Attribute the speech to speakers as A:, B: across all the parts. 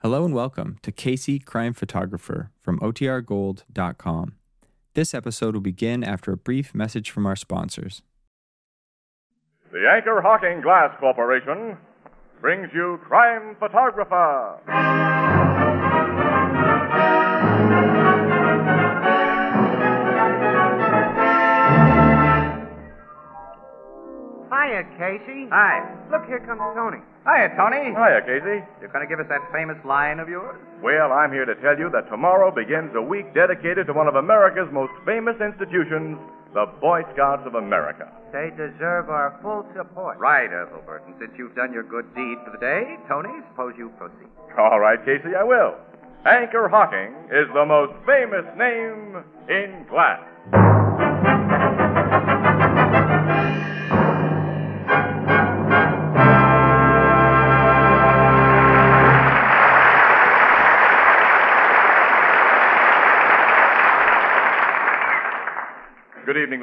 A: Hello and welcome to Casey Crime Photographer from OTRGold.com. This episode will begin after a brief message from our sponsors.
B: The Anchor Hawking Glass Corporation brings you Crime Photographer.
C: Hiya, Casey.
D: Hi.
C: Look, here comes Tony.
D: Hiya, Tony.
B: Hiya, Casey.
D: You're going to give us that famous line of yours?
B: Well, I'm here to tell you that tomorrow begins a week dedicated to one of America's most famous institutions, the Boy Scouts of America.
C: They deserve our full support.
D: Right, Ethelbert. And since you've done your good deed for the day, Tony, suppose you proceed.
B: All right, Casey, I will. Anchor Hawking is the most famous name in glass. Good evening,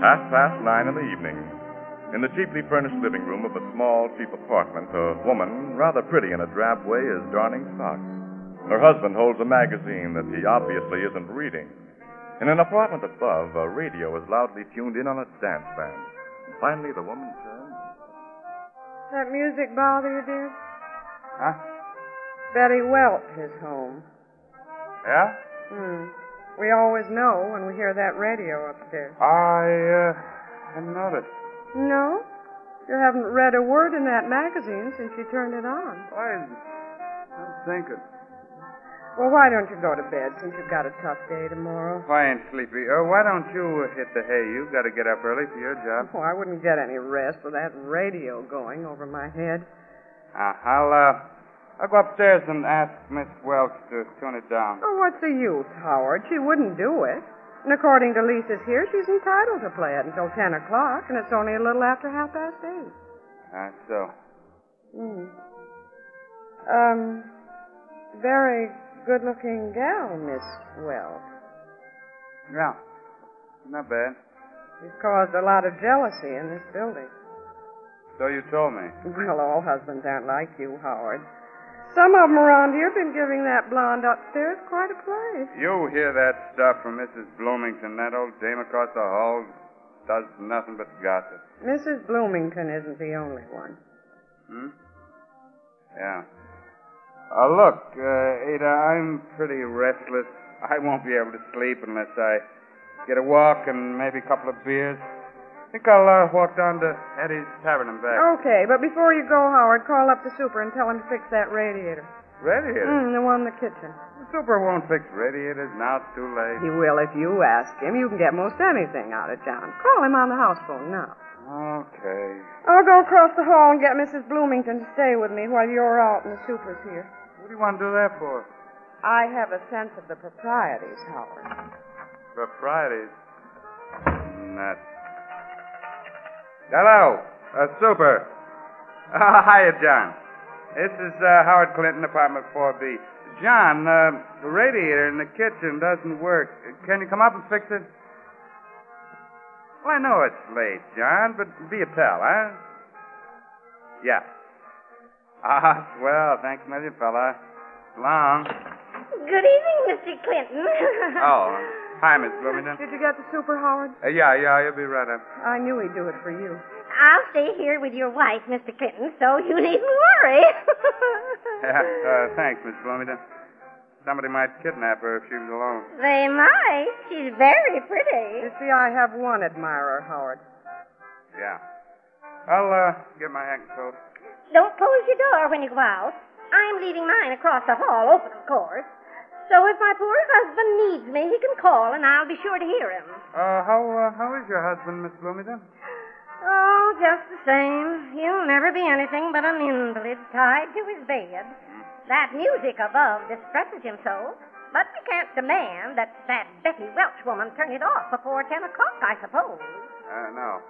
B: Half past nine in the evening. In the cheaply furnished living room of a small, cheap apartment, a woman, rather pretty in a drab way, is darning socks. Her husband holds a magazine that he obviously isn't reading. In an apartment above, a radio is loudly tuned in on a dance band. And finally, the woman turns.
E: That music bother you, dear?
B: Huh?
E: Betty Welp is home.
B: Yeah?
E: Hmm. We always know when we hear that radio upstairs.
B: I, uh, hadn't noticed.
E: No? You haven't read a word in that magazine since you turned it on.
B: I don't think it.
E: Well, why don't you go to bed since you've got a tough day tomorrow?
D: Fine, Sleepy. Uh, why don't you uh, hit the hay? You've got to get up early for your job.
E: Oh, I wouldn't get any rest with that radio going over my head.
D: Uh, I'll, uh, I'll go upstairs and ask Miss Welch to tune it down.
E: Oh, what's the use, Howard? She wouldn't do it. And according to Lisa's here, she's entitled to play it until 10 o'clock, and it's only a little after half past 8.
D: Uh, so.
E: Mm. Um, very good looking gal, Miss Wells.
D: Yeah. Not bad.
E: She's caused a lot of jealousy in this building.
D: So you told me.
E: Well, all husbands aren't like you, Howard. Some of 'em around here have been giving that blonde upstairs quite a place.
D: You hear that stuff from Mrs. Bloomington, that old dame across the hall does nothing but gossip.
E: Mrs. Bloomington isn't the only one.
D: Hmm? Yeah. Uh, look, uh, Ada, I'm pretty restless. I won't be able to sleep unless I get a walk and maybe a couple of beers. think I'll uh, walk down to Eddie's Tavern and back.
E: Okay, but before you go, Howard, call up the super and tell him to fix that radiator.
D: Radiators?
E: Mm, the one in the kitchen.
D: The super won't fix radiators. Now it's too late.
E: He will if you ask him. You can get most anything out of John. Call him on the house phone now.
D: Okay.
E: I'll go across the hall and get Mrs. Bloomington to stay with me while you're out and the super's here.
D: What do you want to do that for?
E: I have a sense of the proprieties, Howard.
D: Proprieties. Nuts. Hello, uh, super. Uh, hiya, John. This is uh, Howard Clinton, apartment 4B. John, uh, the radiator in the kitchen doesn't work. Can you come up and fix it? Well, I know it's late, John, but be a pal, huh? Yeah. Ah, well, thanks a million, fella. Long.
F: Good evening, Mr. Clinton.
D: Oh, hi, Miss Bloomington.
E: Did you get the super, Howard?
D: Uh, yeah, yeah, you'll be right up.
E: I knew he'd do it for you.
F: I'll stay here with your wife, Mr. Clinton, so you needn't worry.
D: Yeah, uh, thanks, Miss Bloomington. Somebody might kidnap her if she was alone.
F: They might. She's very
E: You
F: pretty.
E: see, I have one admirer, Howard.
D: Yeah. I'll uh, get my hat and coat.
F: Don't close your door when you go out. I'm leaving mine across the hall, open, of course. So if my poor husband needs me, he can call, and I'll be sure to hear him.
D: Uh, how uh, how is your husband, Miss Bloomington?
F: Oh, just the same. He'll never be anything but an invalid tied to his bed. That music above distresses him so. But we can't demand that that Betty Welch woman turn it off before 10 o'clock, I suppose.
D: Uh, no.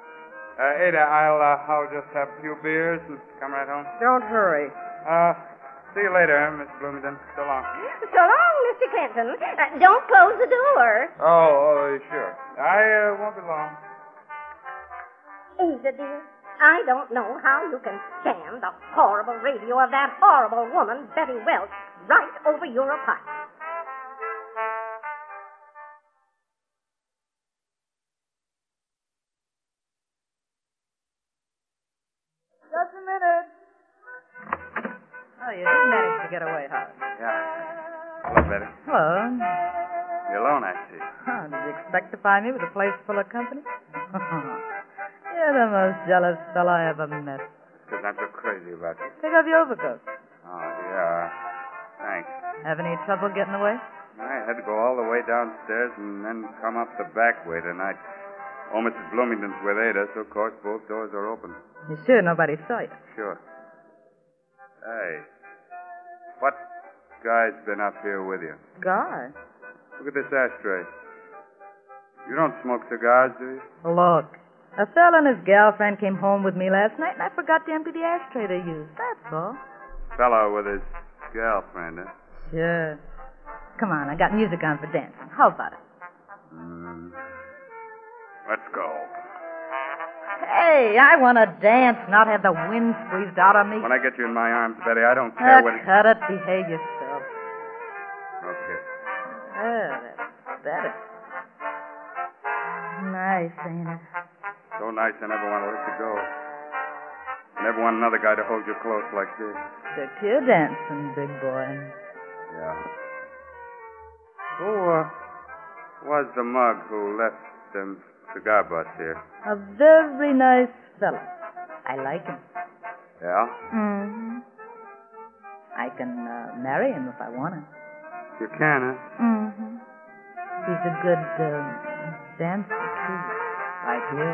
D: Uh, Ada, I'll, uh, I'll just have a few beers and come right home.
E: Don't hurry.
D: Uh, see you later, Miss Bloomington. So long.
F: So long, Mr. Clinton. Uh, don't close the door.
D: Oh, oh sure. I uh, won't be long.
F: Ada, dear, I don't know how you can stand the horrible radio of that horrible woman, Betty Welch, right over your apartment.
G: Just a minute.
E: Oh, you did manage to get away, Howard.
D: Yeah. Hello, Betty.
G: Hello.
D: You're alone, I see.
G: Huh, did you expect to find me with a place full of company? You're the most jealous fellow I ever met.
D: Because I'm so crazy about you.
G: Pick up your overcoat.
D: Oh, yeah. Thanks.
G: Having any trouble getting away?
D: I had to go all the way downstairs and then come up the back way tonight. Oh, Mrs. Bloomington's with Ada, so of course both doors are open.
G: You sure nobody saw you?
D: Sure. Hey, what guy's been up here with you?
G: God.
D: Look at this ashtray. You don't smoke cigars, do you?
G: Look, a fellow and his girlfriend came home with me last night, and I forgot to empty the ashtray they used. That's all.
D: Fellow with his girlfriend, eh? huh?
G: Sure. Come on, I got music on for dancing. How about it?
D: Mm. Let's go.
G: Hey, I want to dance, not have the wind squeezed out of me.
D: When I get you in my arms, Betty, I don't
G: Ah,
D: care what. It...
G: cut it. Behave yourself.
D: Okay.
G: Oh, that's better. Nice, ain't it?
D: So nice, I never want to let you go. I never want another guy to hold you close like this.
G: Took to your dancing, big boy.
D: Yeah. Who uh, was the mug who left them cigar butts here?
G: A very nice fellow. I like him.
D: Yeah?
G: Mm-hmm. I can uh, marry him if I want to.
D: You can, huh?
G: Mm-hmm. He's a good uh, dancer, too. Like you.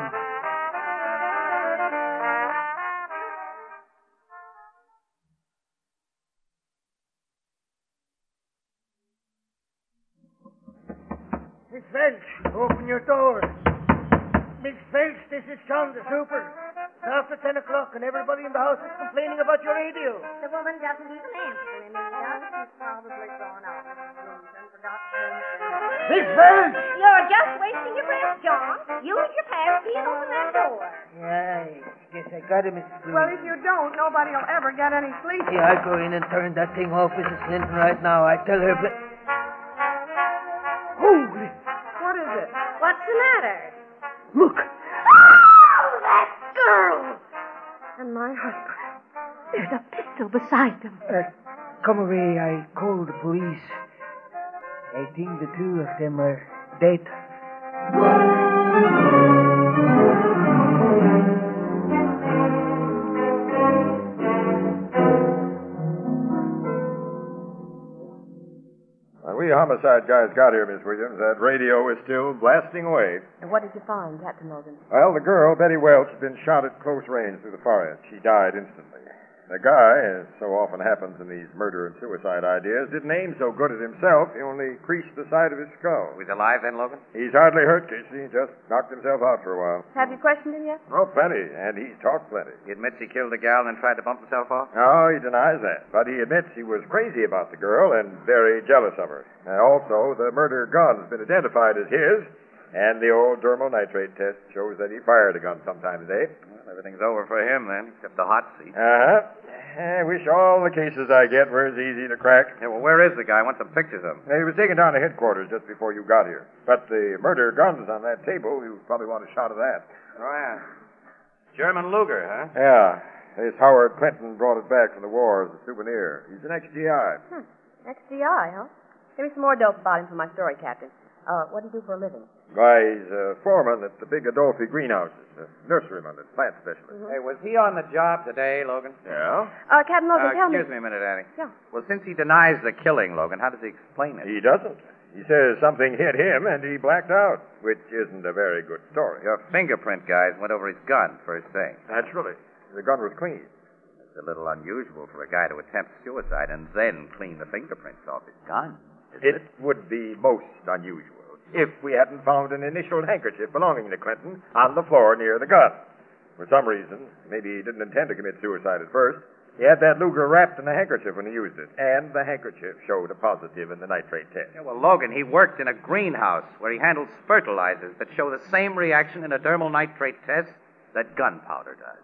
H: Miss Welch, open your door. Miss Welch, this is John the Super. It's after 10 o'clock, and everybody in the house is complaining about your radio.
F: The woman doesn't even answer him. She's probably gone out.
H: Miss Welch!
F: You're just wasting your breath, John. Use your passkey and open that door.
H: Right. Guess I got him, Mrs.
E: Well, if you don't, nobody'll ever get any sleep.
H: Yeah, I go in and turn that thing off, Mrs. Clinton, right now. I tell her. But... Holy!
E: What is it?
F: What's the matter?
H: Look!
F: Oh, that girl!
E: And my husband.
F: There's a pistol beside them.
H: Uh, come away. I call the police. I think the two of them are dead.
I: When Uh, we homicide guys got here, Miss Williams, that radio was still blasting away.
J: And what did you find, Captain Morgan?
I: Well, the girl, Betty Welch, had been shot at close range through the forehead. She died instantly. The guy, as so often happens in these murder and suicide ideas, didn't aim so good at himself. He only creased the side of his skull.
D: He's alive then, Logan?
I: He's hardly hurt, Casey. Just knocked himself out for a while.
J: Have you questioned him yet?
I: Oh, plenty. And he's talked plenty.
D: He admits he killed the gal and tried to bump himself off?
I: No, he denies that. But he admits he was crazy about the girl and very jealous of her. And also, the murder gun's been identified as his. And the old dermal nitrate test shows that he fired a gun sometime today.
D: Well, everything's over for him then, except the hot seat.
I: Uh-huh. I wish all the cases I get were as easy to crack.
D: Yeah, well, where is the guy? I want some pictures of him.
I: He was taken down to headquarters just before you got here. But the murder guns on that table, you probably want a shot of that.
D: Oh, yeah. German Luger, huh?
I: Yeah. This Howard Clinton brought it back from the war as a souvenir. He's an ex-GI.
J: XGI, huh? Give me some more dope about him for my story, Captain. Uh, what do you do for a living?
I: Why, he's a foreman at the big Adolphi greenhouses, a nurseryman and plant specialist.
D: Hey, was he on the job today, Logan?
I: Yeah?
J: Uh, Captain Morgan,
D: Uh,
J: tell me.
D: excuse me a minute, Annie.
J: Yeah.
D: Well, since he denies the killing, Logan, how does he explain it?
I: He doesn't. He says something hit him and he blacked out, which isn't a very good story.
D: Your fingerprint guys went over his gun first thing.
I: Naturally. The gun was clean.
K: It's a little unusual for a guy to attempt suicide and then clean the fingerprints off his gun.
I: It would be most unusual if we hadn't found an initial handkerchief belonging to Clinton on the floor near the gun. For some reason, maybe he didn't intend to commit suicide at first, he had that Luger wrapped in a handkerchief when he used it, and the handkerchief showed a positive in the nitrate test.
K: Yeah, well, Logan, he worked in a greenhouse where he handles fertilizers that show the same reaction in a dermal nitrate test that gunpowder does.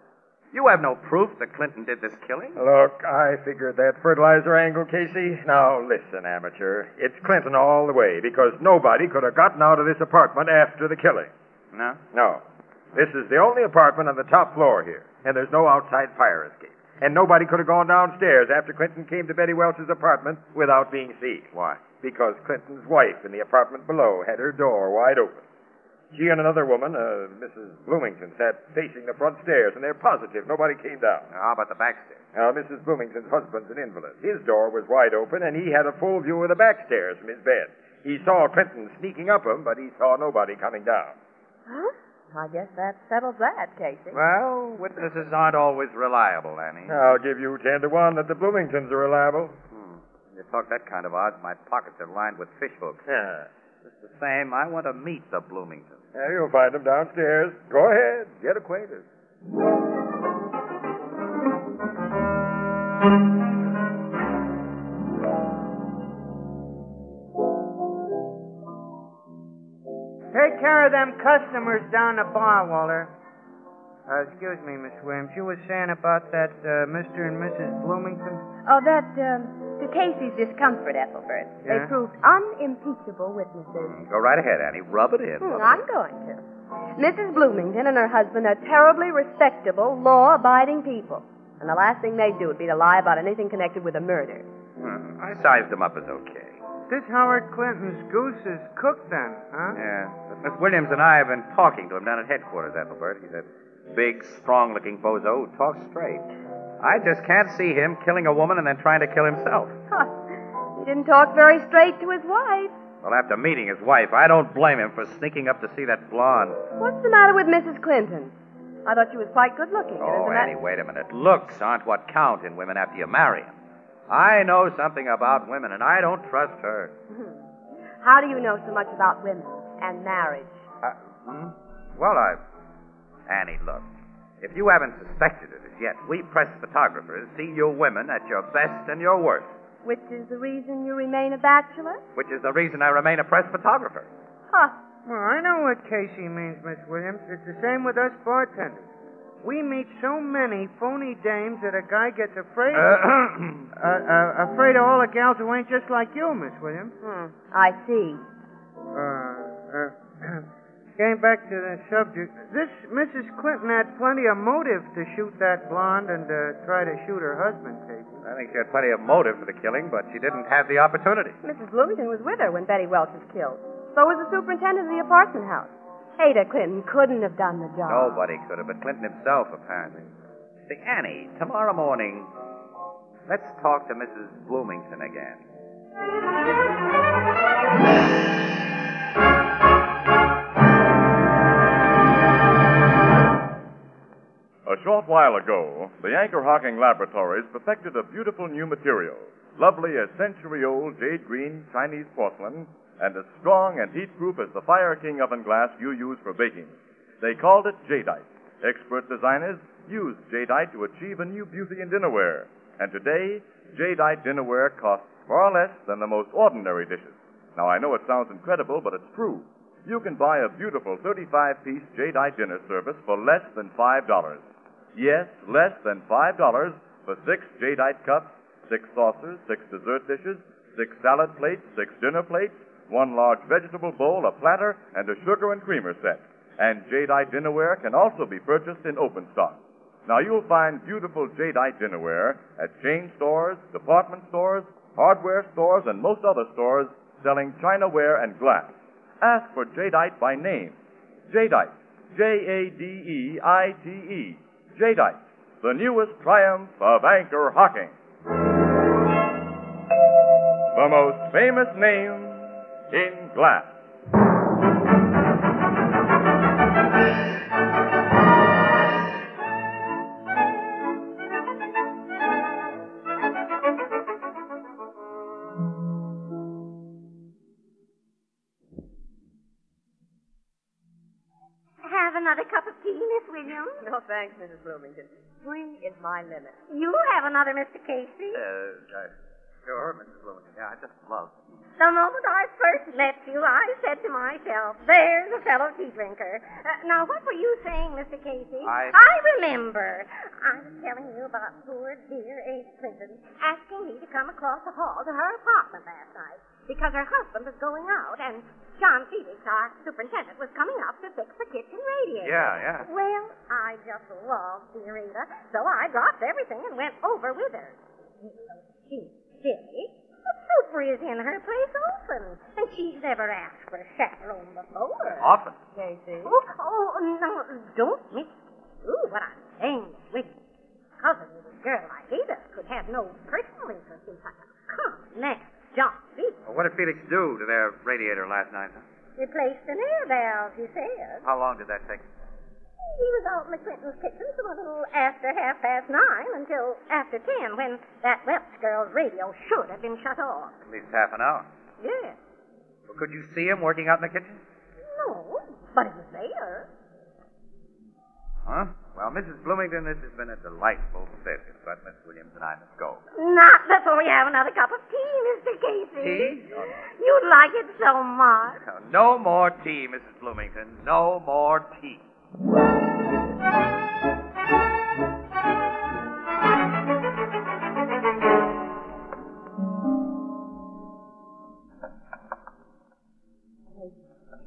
K: You have no proof that Clinton did this killing.
I: Look, I figured that fertilizer angle, Casey. Now, listen, amateur. It's Clinton all the way because nobody could have gotten out of this apartment after the killing.
K: No?
I: No. This is the only apartment on the top floor here, and there's no outside fire escape. And nobody could have gone downstairs after Clinton came to Betty Welch's apartment without being seen.
K: Why?
I: Because Clinton's wife in the apartment below had her door wide open. She and another woman, uh, Mrs. Bloomington, sat facing the front stairs, and they're positive nobody came down.
K: How about Ah, the back stairs?
I: Now, Mrs. Bloomington's husband's an invalid. His door was wide open, and he had a full view of the back stairs from his bed. He saw Clinton sneaking up him, but he saw nobody coming down.
J: Huh? I guess that settles that, Casey.
K: Well, witnesses aren't always reliable, Annie.
I: I'll give you ten to one that the Bloomingtons are reliable.
K: Hmm. You talk that kind of odds, my pockets are lined with fishhooks.
I: Yeah.
K: Just the same, I want to meet the Bloomingtons.
I: Yeah, you'll find them downstairs. Go ahead, get acquainted.
L: Take care of them customers down the bar, Walter. Uh, excuse me, Miss Williams. You were saying about that uh, Mr. and Mrs. Bloomington?
J: Oh, that, um, to Casey's discomfort, Ethelbert. They
L: Yeah?
J: proved unimpeachable witnesses.
K: Go right ahead, Annie. Rub it in.
J: Hmm, I'm going to. Mrs. Bloomington and her husband are terribly respectable, law abiding people. And the last thing they'd do would be to lie about anything connected with a murder.
K: Hmm, I sized them up as okay.
L: This Howard Clinton's goose is cooked then, huh?
K: Yeah. But Miss Williams and I have been talking to him down at headquarters, Ethelbert. He's a big, strong looking bozo who talks straight. I just can't see him killing a woman and then trying to kill himself.
J: Huh. He didn't talk very straight to his wife.
K: Well, after meeting his wife, I don't blame him for sneaking up to see that blonde.
J: What's the matter with Mrs. Clinton? I thought she was quite good looking. and
K: Oh,
J: isn't that-
K: Annie, wait a minute. Looks aren't what count in women after you marry 'em. I know something about women, and I don't trust her.
J: How do you know so much about women and marriage?
K: Uh, hmm? Well, I. Annie, look. If you haven't suspected it as yet, we press photographers see you women at your best and your worst,
J: Which is the reason you remain a bachelor?
K: which is the reason I remain a press photographer.
J: Huh.
L: Well, I know what Casey means, Miss Williams. It's the same with us bartenders. We meet so many phony dames that a guy gets afraid uh, uh, afraid of all the gals who ain't just like you, Miss Williams.
J: Hmm. I see.
L: Uh, uh, getting back to the subject, this Mrs. Clinton had plenty of motive to shoot that blonde and uh, try to shoot her husband, Casey.
K: I think she had plenty of motive for the killing, but she didn't have the opportunity.
J: Mrs. Bloomington was with her when Betty Welch was killed. So was the superintendent of the apartment house. Ada Clinton couldn't have done the job.
K: Nobody could have, but Clinton himself, apparently. See, Annie, tomorrow morning, let's talk to Mrs. Bloomington again.
B: A short while ago, the Anchor Hocking Laboratories perfected a beautiful new material, lovely as century old jade green Chinese porcelain, and as strong and heat proof as the Fire King oven glass you use for baking. They called it jadeite. Expert designers used jadeite to achieve a new beauty in dinnerware, and today, jadeite dinnerware costs far less than the most ordinary dishes. Now, I know it sounds incredible, but it's true. You can buy a beautiful 35 piece jadeite dinner service for less than $5. Yes, less than $5 for six jadeite cups, six saucers, six dessert dishes, six salad plates, six dinner plates, one large vegetable bowl, a platter, and a sugar and creamer set. And jadeite dinnerware can also be purchased in open stock. Now you'll find beautiful jadeite dinnerware at chain stores, department stores, hardware stores, and most other stores selling chinaware and glass. Ask for jadeite by name. Jadeite. E J-A-D-E-I-T-E. Jadeite. The newest triumph of anchor hocking. The most famous name in glass.
F: tea, Miss Williams?
J: No, thanks, Mrs. Bloomington. Three is my limit.
F: You have another, Mr. Casey.
K: Uh, uh, sure, Mrs. Bloomington. Yeah, I just love.
F: The moment I first met you, I said to myself, there's a fellow tea drinker. Uh, now, what were you saying, Mr. Casey?
K: I-
F: remember. I was telling you about poor dear Abe Clinton asking me to come across the hall to her apartment last night because her husband was going out and John Felix, our superintendent, was coming up to fix the kitchen radiator.
K: Yeah, yeah.
F: Well, I just love dear Ada, so I dropped everything and went over with her. She's silly. But Super is in her place often, and she's never asked for a chaperone before.
K: Often.
J: Casey.
F: Oh, oh, no, don't mix Ooh, what I'm saying with cousin little girl like Ada could have no personal interest in such a come now, John Felix.
K: Well, what did Felix do to their radiator last night? huh?
F: Replaced an air valve, he says.
K: How long did that take?
F: He was out in the Clinton's kitchen from a little after half past nine until after ten, when that Welch girl's radio should have been shut off.
K: At least half an hour.
F: Yes.
K: Well, could you see him working out in the kitchen?
F: No, but it was there.
K: Huh? Well, Mrs. Bloomington, this has been a delightful session, but Miss Williams and I must go.
F: Not before we have another cup of tea, Mr. Casey.
K: Tea?
F: You'd like it so much.
K: No more tea, Mrs. Bloomington. No more tea.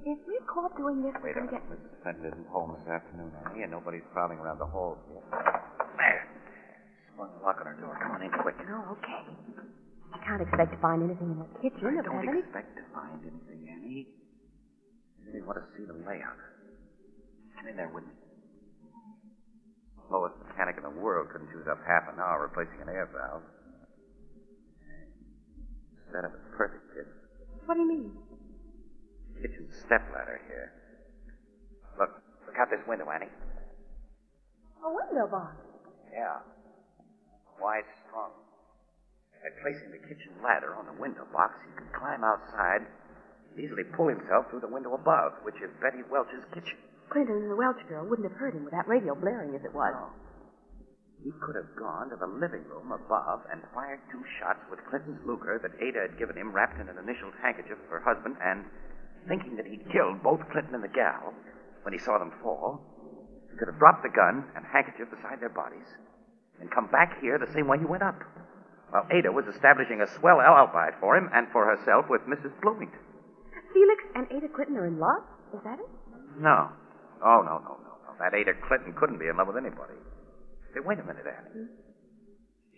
M: If we're caught doing this, we're
K: Wait a
M: gonna
K: minute.
M: get...
K: Mrs. Fenton isn't home this afternoon, Annie, and nobody's prowling around the halls yet. There. One lock on her door. Come on in quick.
M: No, okay. I can't expect to find anything in the kitchen.
K: I
M: if have
K: don't
M: any-
K: expect to find anything, Annie. I really want to see the layout. Come in there with me. Lowest mechanic in the world couldn't use up half an hour replacing an air valve. Setup is perfect, kid.
M: What do you mean?
K: Kitchen step ladder here. Look, look out this window, Annie.
M: A window box.
K: Yeah. Why strong? By placing the kitchen ladder on the window box, he can climb outside and easily pull himself through the window above, which is Betty Welch's kitchen.
M: Clinton and the Welch girl wouldn't have heard him with that radio blaring as it was.
K: He could have gone to the living room above and fired two shots with Clinton's Luger that Ada had given him wrapped in an initialed handkerchief of her husband, and thinking that he'd killed both Clinton and the gal when he saw them fall, he could have dropped the gun and handkerchief beside their bodies and come back here the same way he went up. While Ada was establishing a swell alibi for him and for herself with Mrs. Bloomington.
M: Felix and Ada Clinton are in love? Is that it?
K: No. Oh, no, no, no, no. That Ada Clinton couldn't be in love with anybody. Say, wait a minute, Annie.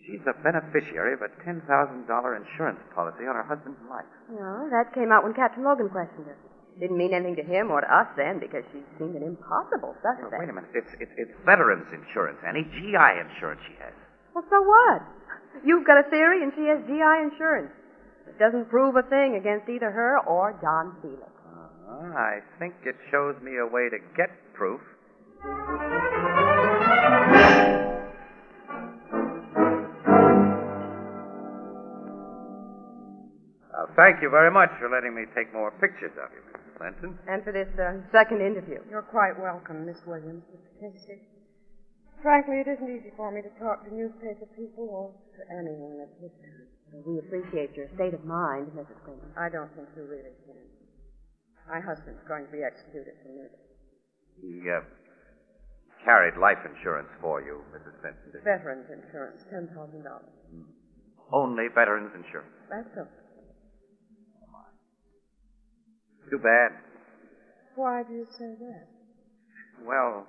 K: She's the beneficiary of a $10,000 insurance policy on her husband's life.
J: No, that came out when Captain Logan questioned her. Didn't mean anything to him or to us then because she seemed an impossible suspect.
K: Wait a minute. It's, it's, it's veterans insurance, Annie. GI insurance she has.
J: Well, so what? You've got a theory and she has GI insurance. It doesn't prove a thing against either her or John Felix.
K: Uh, I think it shows me a way to get proof. Uh, thank you very much for letting me take more pictures of you, Mrs. Clinton.
J: And for this uh, second interview.
E: You're quite welcome, Miss Williams, Mr. Casey. Frankly, it isn't easy for me to talk to newspaper people or to anyone at this time.
J: We appreciate your state of mind, Mrs. Clinton.
E: I don't think you really can. My husband's going to be executed for murder.
K: He uh, carried life insurance for you, Mrs. Clinton.
E: Veterans insurance, ten thousand dollars.
K: Only veterans insurance.
E: That's all.
K: Too bad.
E: Why do you say that?
K: Well,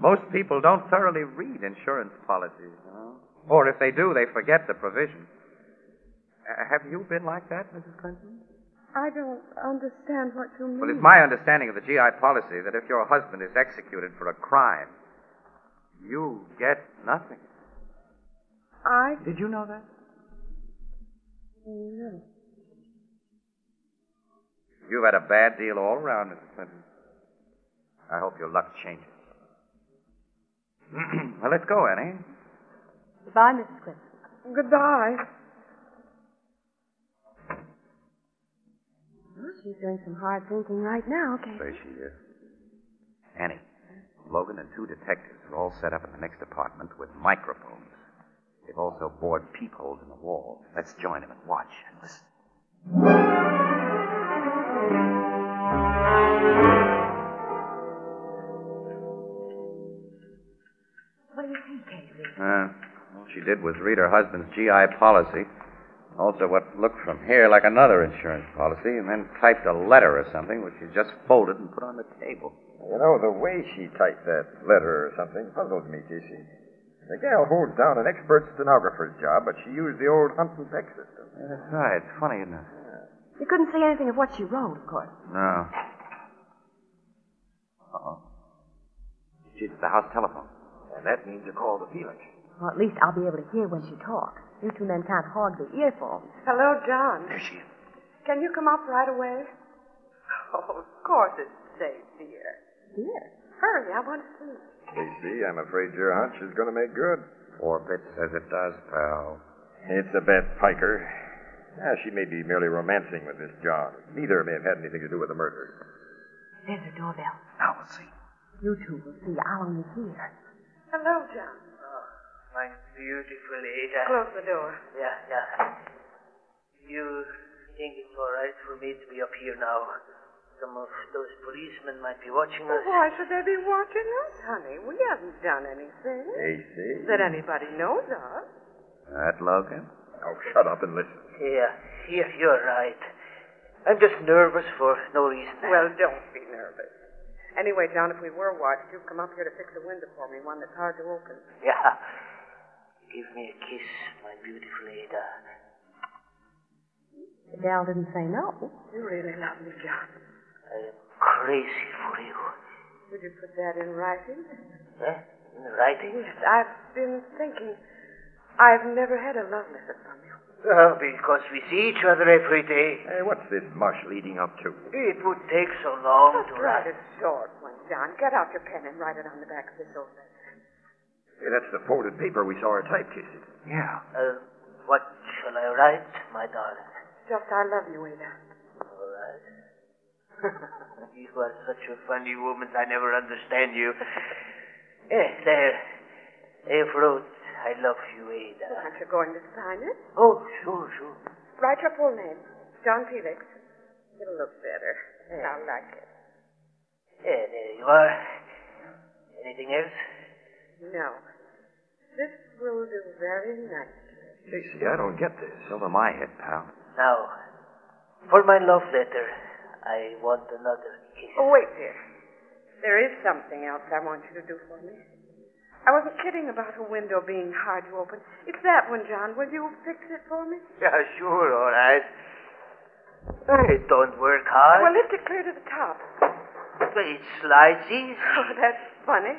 K: most people don't thoroughly read insurance policies, you know. Or if they do, they forget the provision. Uh, have you been like that, Mrs. Clinton?
E: I don't understand what you mean.
K: Well, it's my understanding of the GI policy that if your husband is executed for a crime, you get nothing.
E: I
K: Did you know that?
E: no.
K: You've had a bad deal all around, Mrs. Clinton. I hope your luck changes. well, let's go, Annie.
J: Goodbye, Mrs. Clinton.
E: Goodbye.
M: Well, she's doing some hard thinking right now, Casey.
K: Say she is. Annie, Logan and two detectives are all set up in the next apartment with microphones. They've also bored peepholes in the wall. Let's join them and watch and listen.
L: What do you think, Casey?
K: Uh, all she did was read her husband's GI policy, also what looked from here like another insurance policy, and then typed a letter or something, which she just folded and put on the table.
I: You know, the way she typed that letter or something puzzled me, Casey. The gal holds down an expert stenographer's job, but she used the old hunt and peck system.
K: That's right. It's funny, isn't it?
L: You couldn't see anything of what she wrote, of course.
K: No. Uh-oh. She's at the house telephone.
L: And that means you call the Felix.
J: Well, at least I'll be able to hear when she talks. You two men can't hog the earphones.
E: Hello, John.
K: There she is.
E: Can you come up right away? Oh, of course it's safe, dear.
J: Dear?
E: Hurry, I want to see you.
I: Casey, I'm afraid your hunch is going to make good.
K: Forbit says it does, pal.
I: It's a bet, Piker. Ah, she may be merely romancing with this John. Neither may have had anything to do with the murder.
J: There's her doorbell.
K: Now we'll see.
J: You two will see. I'll only hear.
E: Hello, John.
H: Oh, My beautiful Ada.
E: Close the door.
H: Yeah, yeah. You think it's all right for me to be up here now? Some of those policemen might be watching us.
E: Why should they be watching us, honey? We haven't done anything
I: Casey?
E: that anybody knows of.
K: That Logan?
I: Oh, shut up and listen.
H: Yeah, yeah, you're right. I'm just nervous for no reason.
E: Well, don't be nervous. Anyway, John, if we were watched, you'd come up here to fix a window for me, one that's hard to open.
H: Yeah. Give me a kiss, my beautiful Ada.
J: The gal didn't say no.
E: You really love me, John.
H: I am crazy for you.
E: Would you put that in writing?
H: Eh? In writing?
E: Yes, I've been thinking. I've never had a love letter from you.
H: Well, because we see each other every day.
I: Hey, Uh-huh. Uh, what's this mush leading up to?
H: It would take so long
E: Just
H: to
E: write a Oh, short one, John. Get out your pen and write it on the back of this old letter.
I: Hey, that's the folded paper we saw her type, Casey.
H: Yeah. Uh, what shall I write, my darling?
E: Just I love you, Ada.
H: All right. you are such a funny woman. I never understand you. eh, there. I've wrote, I love you, Ada.
E: Aren't you going to sign it?
H: Oh, sure, sure.
E: Write your full name. John Felix. It'll look better. And I'll like it.
H: Yeah, there you are. Anything else?
E: No. This will do very nicely.
I: Casey, I don't get this.
K: Over my head, pal.
H: Now, for my love letter, I want another kiss.
E: Oh, wait, dear. There is something else I want you to do for me. I wasn't kidding about a window being hard to open. It's that one, John. Will you fix it for me?
H: Yeah, sure, all right. I don't work hard.
E: Well, lift it clear to the top.
H: But it slides easy.
E: Oh, that's funny.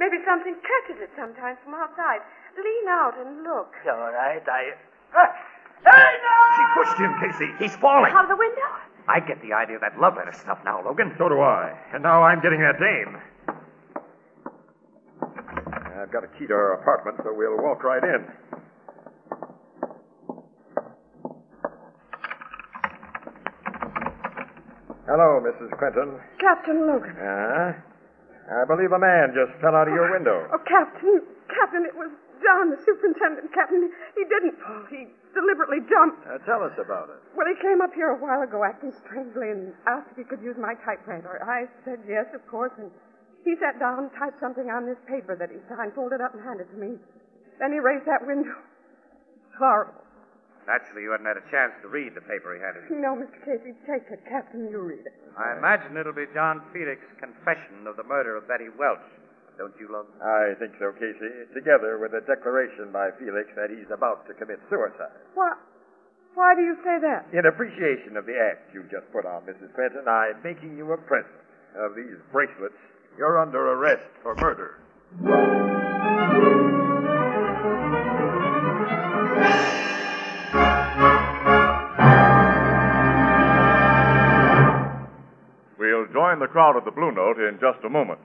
E: Maybe something catches it sometimes from outside. Lean out and look.
H: All right, I.
K: She pushed him, Casey. He's falling.
E: Out of the window?
K: I get the idea of that love letter stuff now, Logan.
I: So do I. And now I'm getting that dame. I've got a key to her apartment, so we'll walk right in. Hello, Mrs. Quentin.
E: Captain Logan.
I: Uh, I believe a man just fell out of your window.
E: Oh, Captain, Captain, it was John, the superintendent. Captain, he, he didn't fall. He deliberately jumped.
I: Uh, tell us about it.
E: Well, he came up here a while ago acting strangely and asked if he could use my typewriter. I said yes, of course, and he sat down and typed something on this paper that he signed, folded up, and handed to me. Then he raised that window. Horrible.
K: Naturally, you hadn't had a chance to read the paper he handed you.
E: No, Mr. Casey, take it. Captain, you read it.
K: I imagine it'll be John Felix's confession of the murder of Betty Welch. Don't you, Logan?
I: I think so, Casey, together with a declaration by Felix that he's about to commit suicide.
E: Why, why do you say that?
I: In appreciation of the act you just put on, Mrs. Fenton, I'm making you a present of these bracelets. You're under arrest for murder.
B: We'll join the crowd at the Blue Note in just a moment.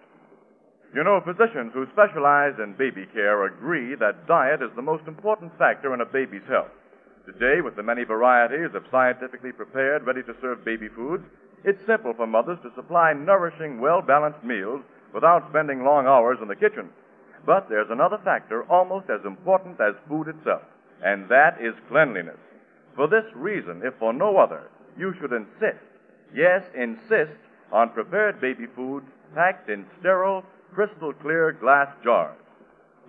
B: You know, physicians who specialize in baby care agree that diet is the most important factor in a baby's health. Today, with the many varieties of scientifically prepared, ready to serve baby foods, it's simple for mothers to supply nourishing, well balanced meals without spending long hours in the kitchen. But there's another factor almost as important as food itself, and that is cleanliness. For this reason, if for no other, you should insist, yes, insist, on prepared baby food packed in sterile, crystal clear glass jars.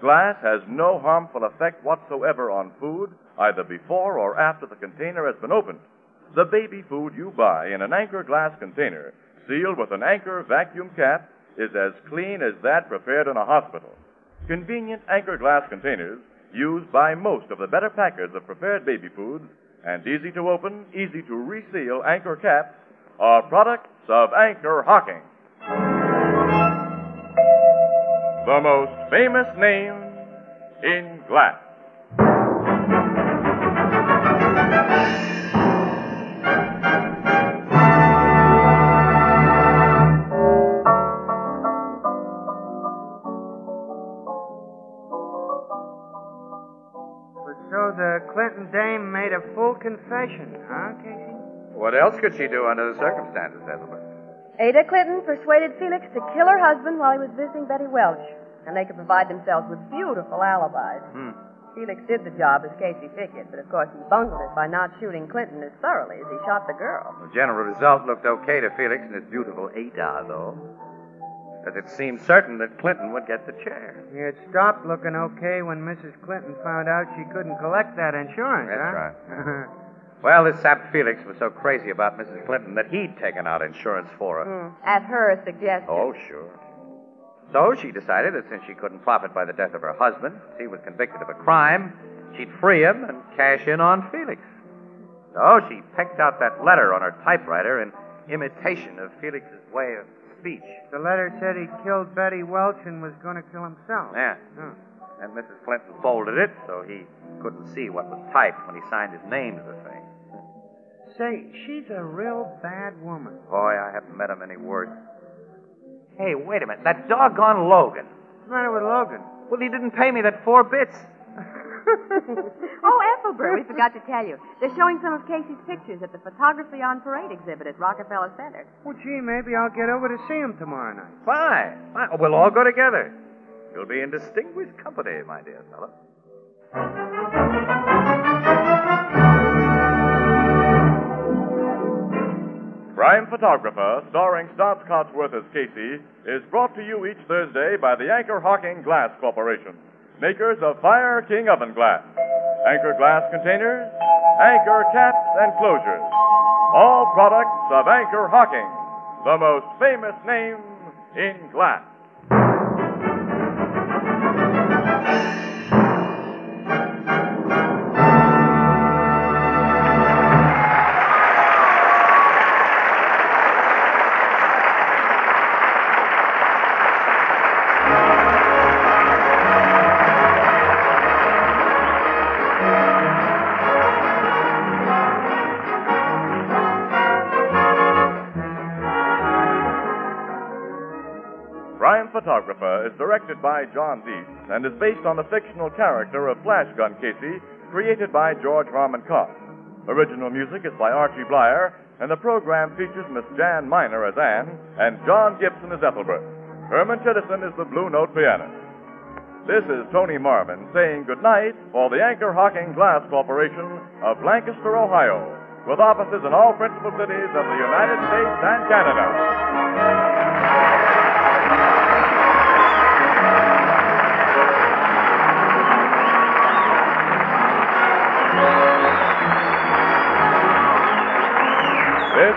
B: Glass has no harmful effect whatsoever on food, either before or after the container has been opened. The baby food you buy in an anchor glass container, sealed with an anchor vacuum cap, is as clean as that prepared in a hospital. Convenient anchor glass containers, used by most of the better packers of prepared baby foods, and easy to open, easy to reseal anchor caps, are products of anchor hocking. The most famous name in glass.
L: So the Clinton dame made a full confession, huh, Casey?
K: What else could she do under the circumstances, Ethelbert?
J: Ada Clinton persuaded Felix to kill her husband while he was visiting Betty Welch, and they could provide themselves with beautiful alibis.
K: Hmm.
J: Felix did the job as Casey figured, but of course he bungled it by not shooting Clinton as thoroughly as he shot the girl.
K: The general result looked okay to Felix and his beautiful Ada, though. But it seemed certain that Clinton would get the chair.
L: Yeah, it stopped looking okay when Mrs. Clinton found out she couldn't collect that insurance,
K: That's
L: huh?
K: right. Well, this sap Felix was so crazy about Mrs. Clinton that he'd taken out insurance for her.
J: At her suggestion.
K: Mm. Oh, sure. So she decided that since she couldn't profit by the death of her husband, if he was convicted of a crime, she'd free him and cash in on Felix. So she picked out that letter on her typewriter in imitation of Felix's way of speech.
L: The letter said he killed Betty Welch and was going to kill himself.
K: Yeah.
L: Hmm.
K: And Mrs. Clinton folded it so he couldn't see what was typed when he signed his name to the thing.
L: Say, she's a real bad woman.
K: Boy, I haven't met him any worse. Hey, wait a minute. That doggone Logan.
L: What's the matter with Logan?
K: Well, he didn't pay me that four bits.
N: oh, Ethelbert, we forgot to tell you. They're showing some of Casey's pictures at the Photography on Parade exhibit at Rockefeller Center.
L: Well, gee, maybe I'll get over to see him tomorrow night.
K: Why? Why? We'll all go together. You'll be in distinguished company, my dear fellow.
B: Crime Photographer, starring Stotts Cotsworth as Casey, is brought to you each Thursday by the Anchor Hawking Glass Corporation, makers of Fire King Oven Glass, Anchor Glass Containers, Anchor Caps and Closures. All products of Anchor Hawking, the most famous name in glass. Crime Photographer is directed by John Deese and is based on the fictional character of Flash Gun Casey, created by George Harmon Cox. Original music is by Archie Blyer, and the program features Miss Jan Miner as Anne and John Gibson as Ethelbert. Herman Chittison is the Blue Note pianist. This is Tony Marvin saying goodnight for the Anchor Hocking Glass Corporation of Lancaster, Ohio, with offices in all principal cities of the United States and Canada. This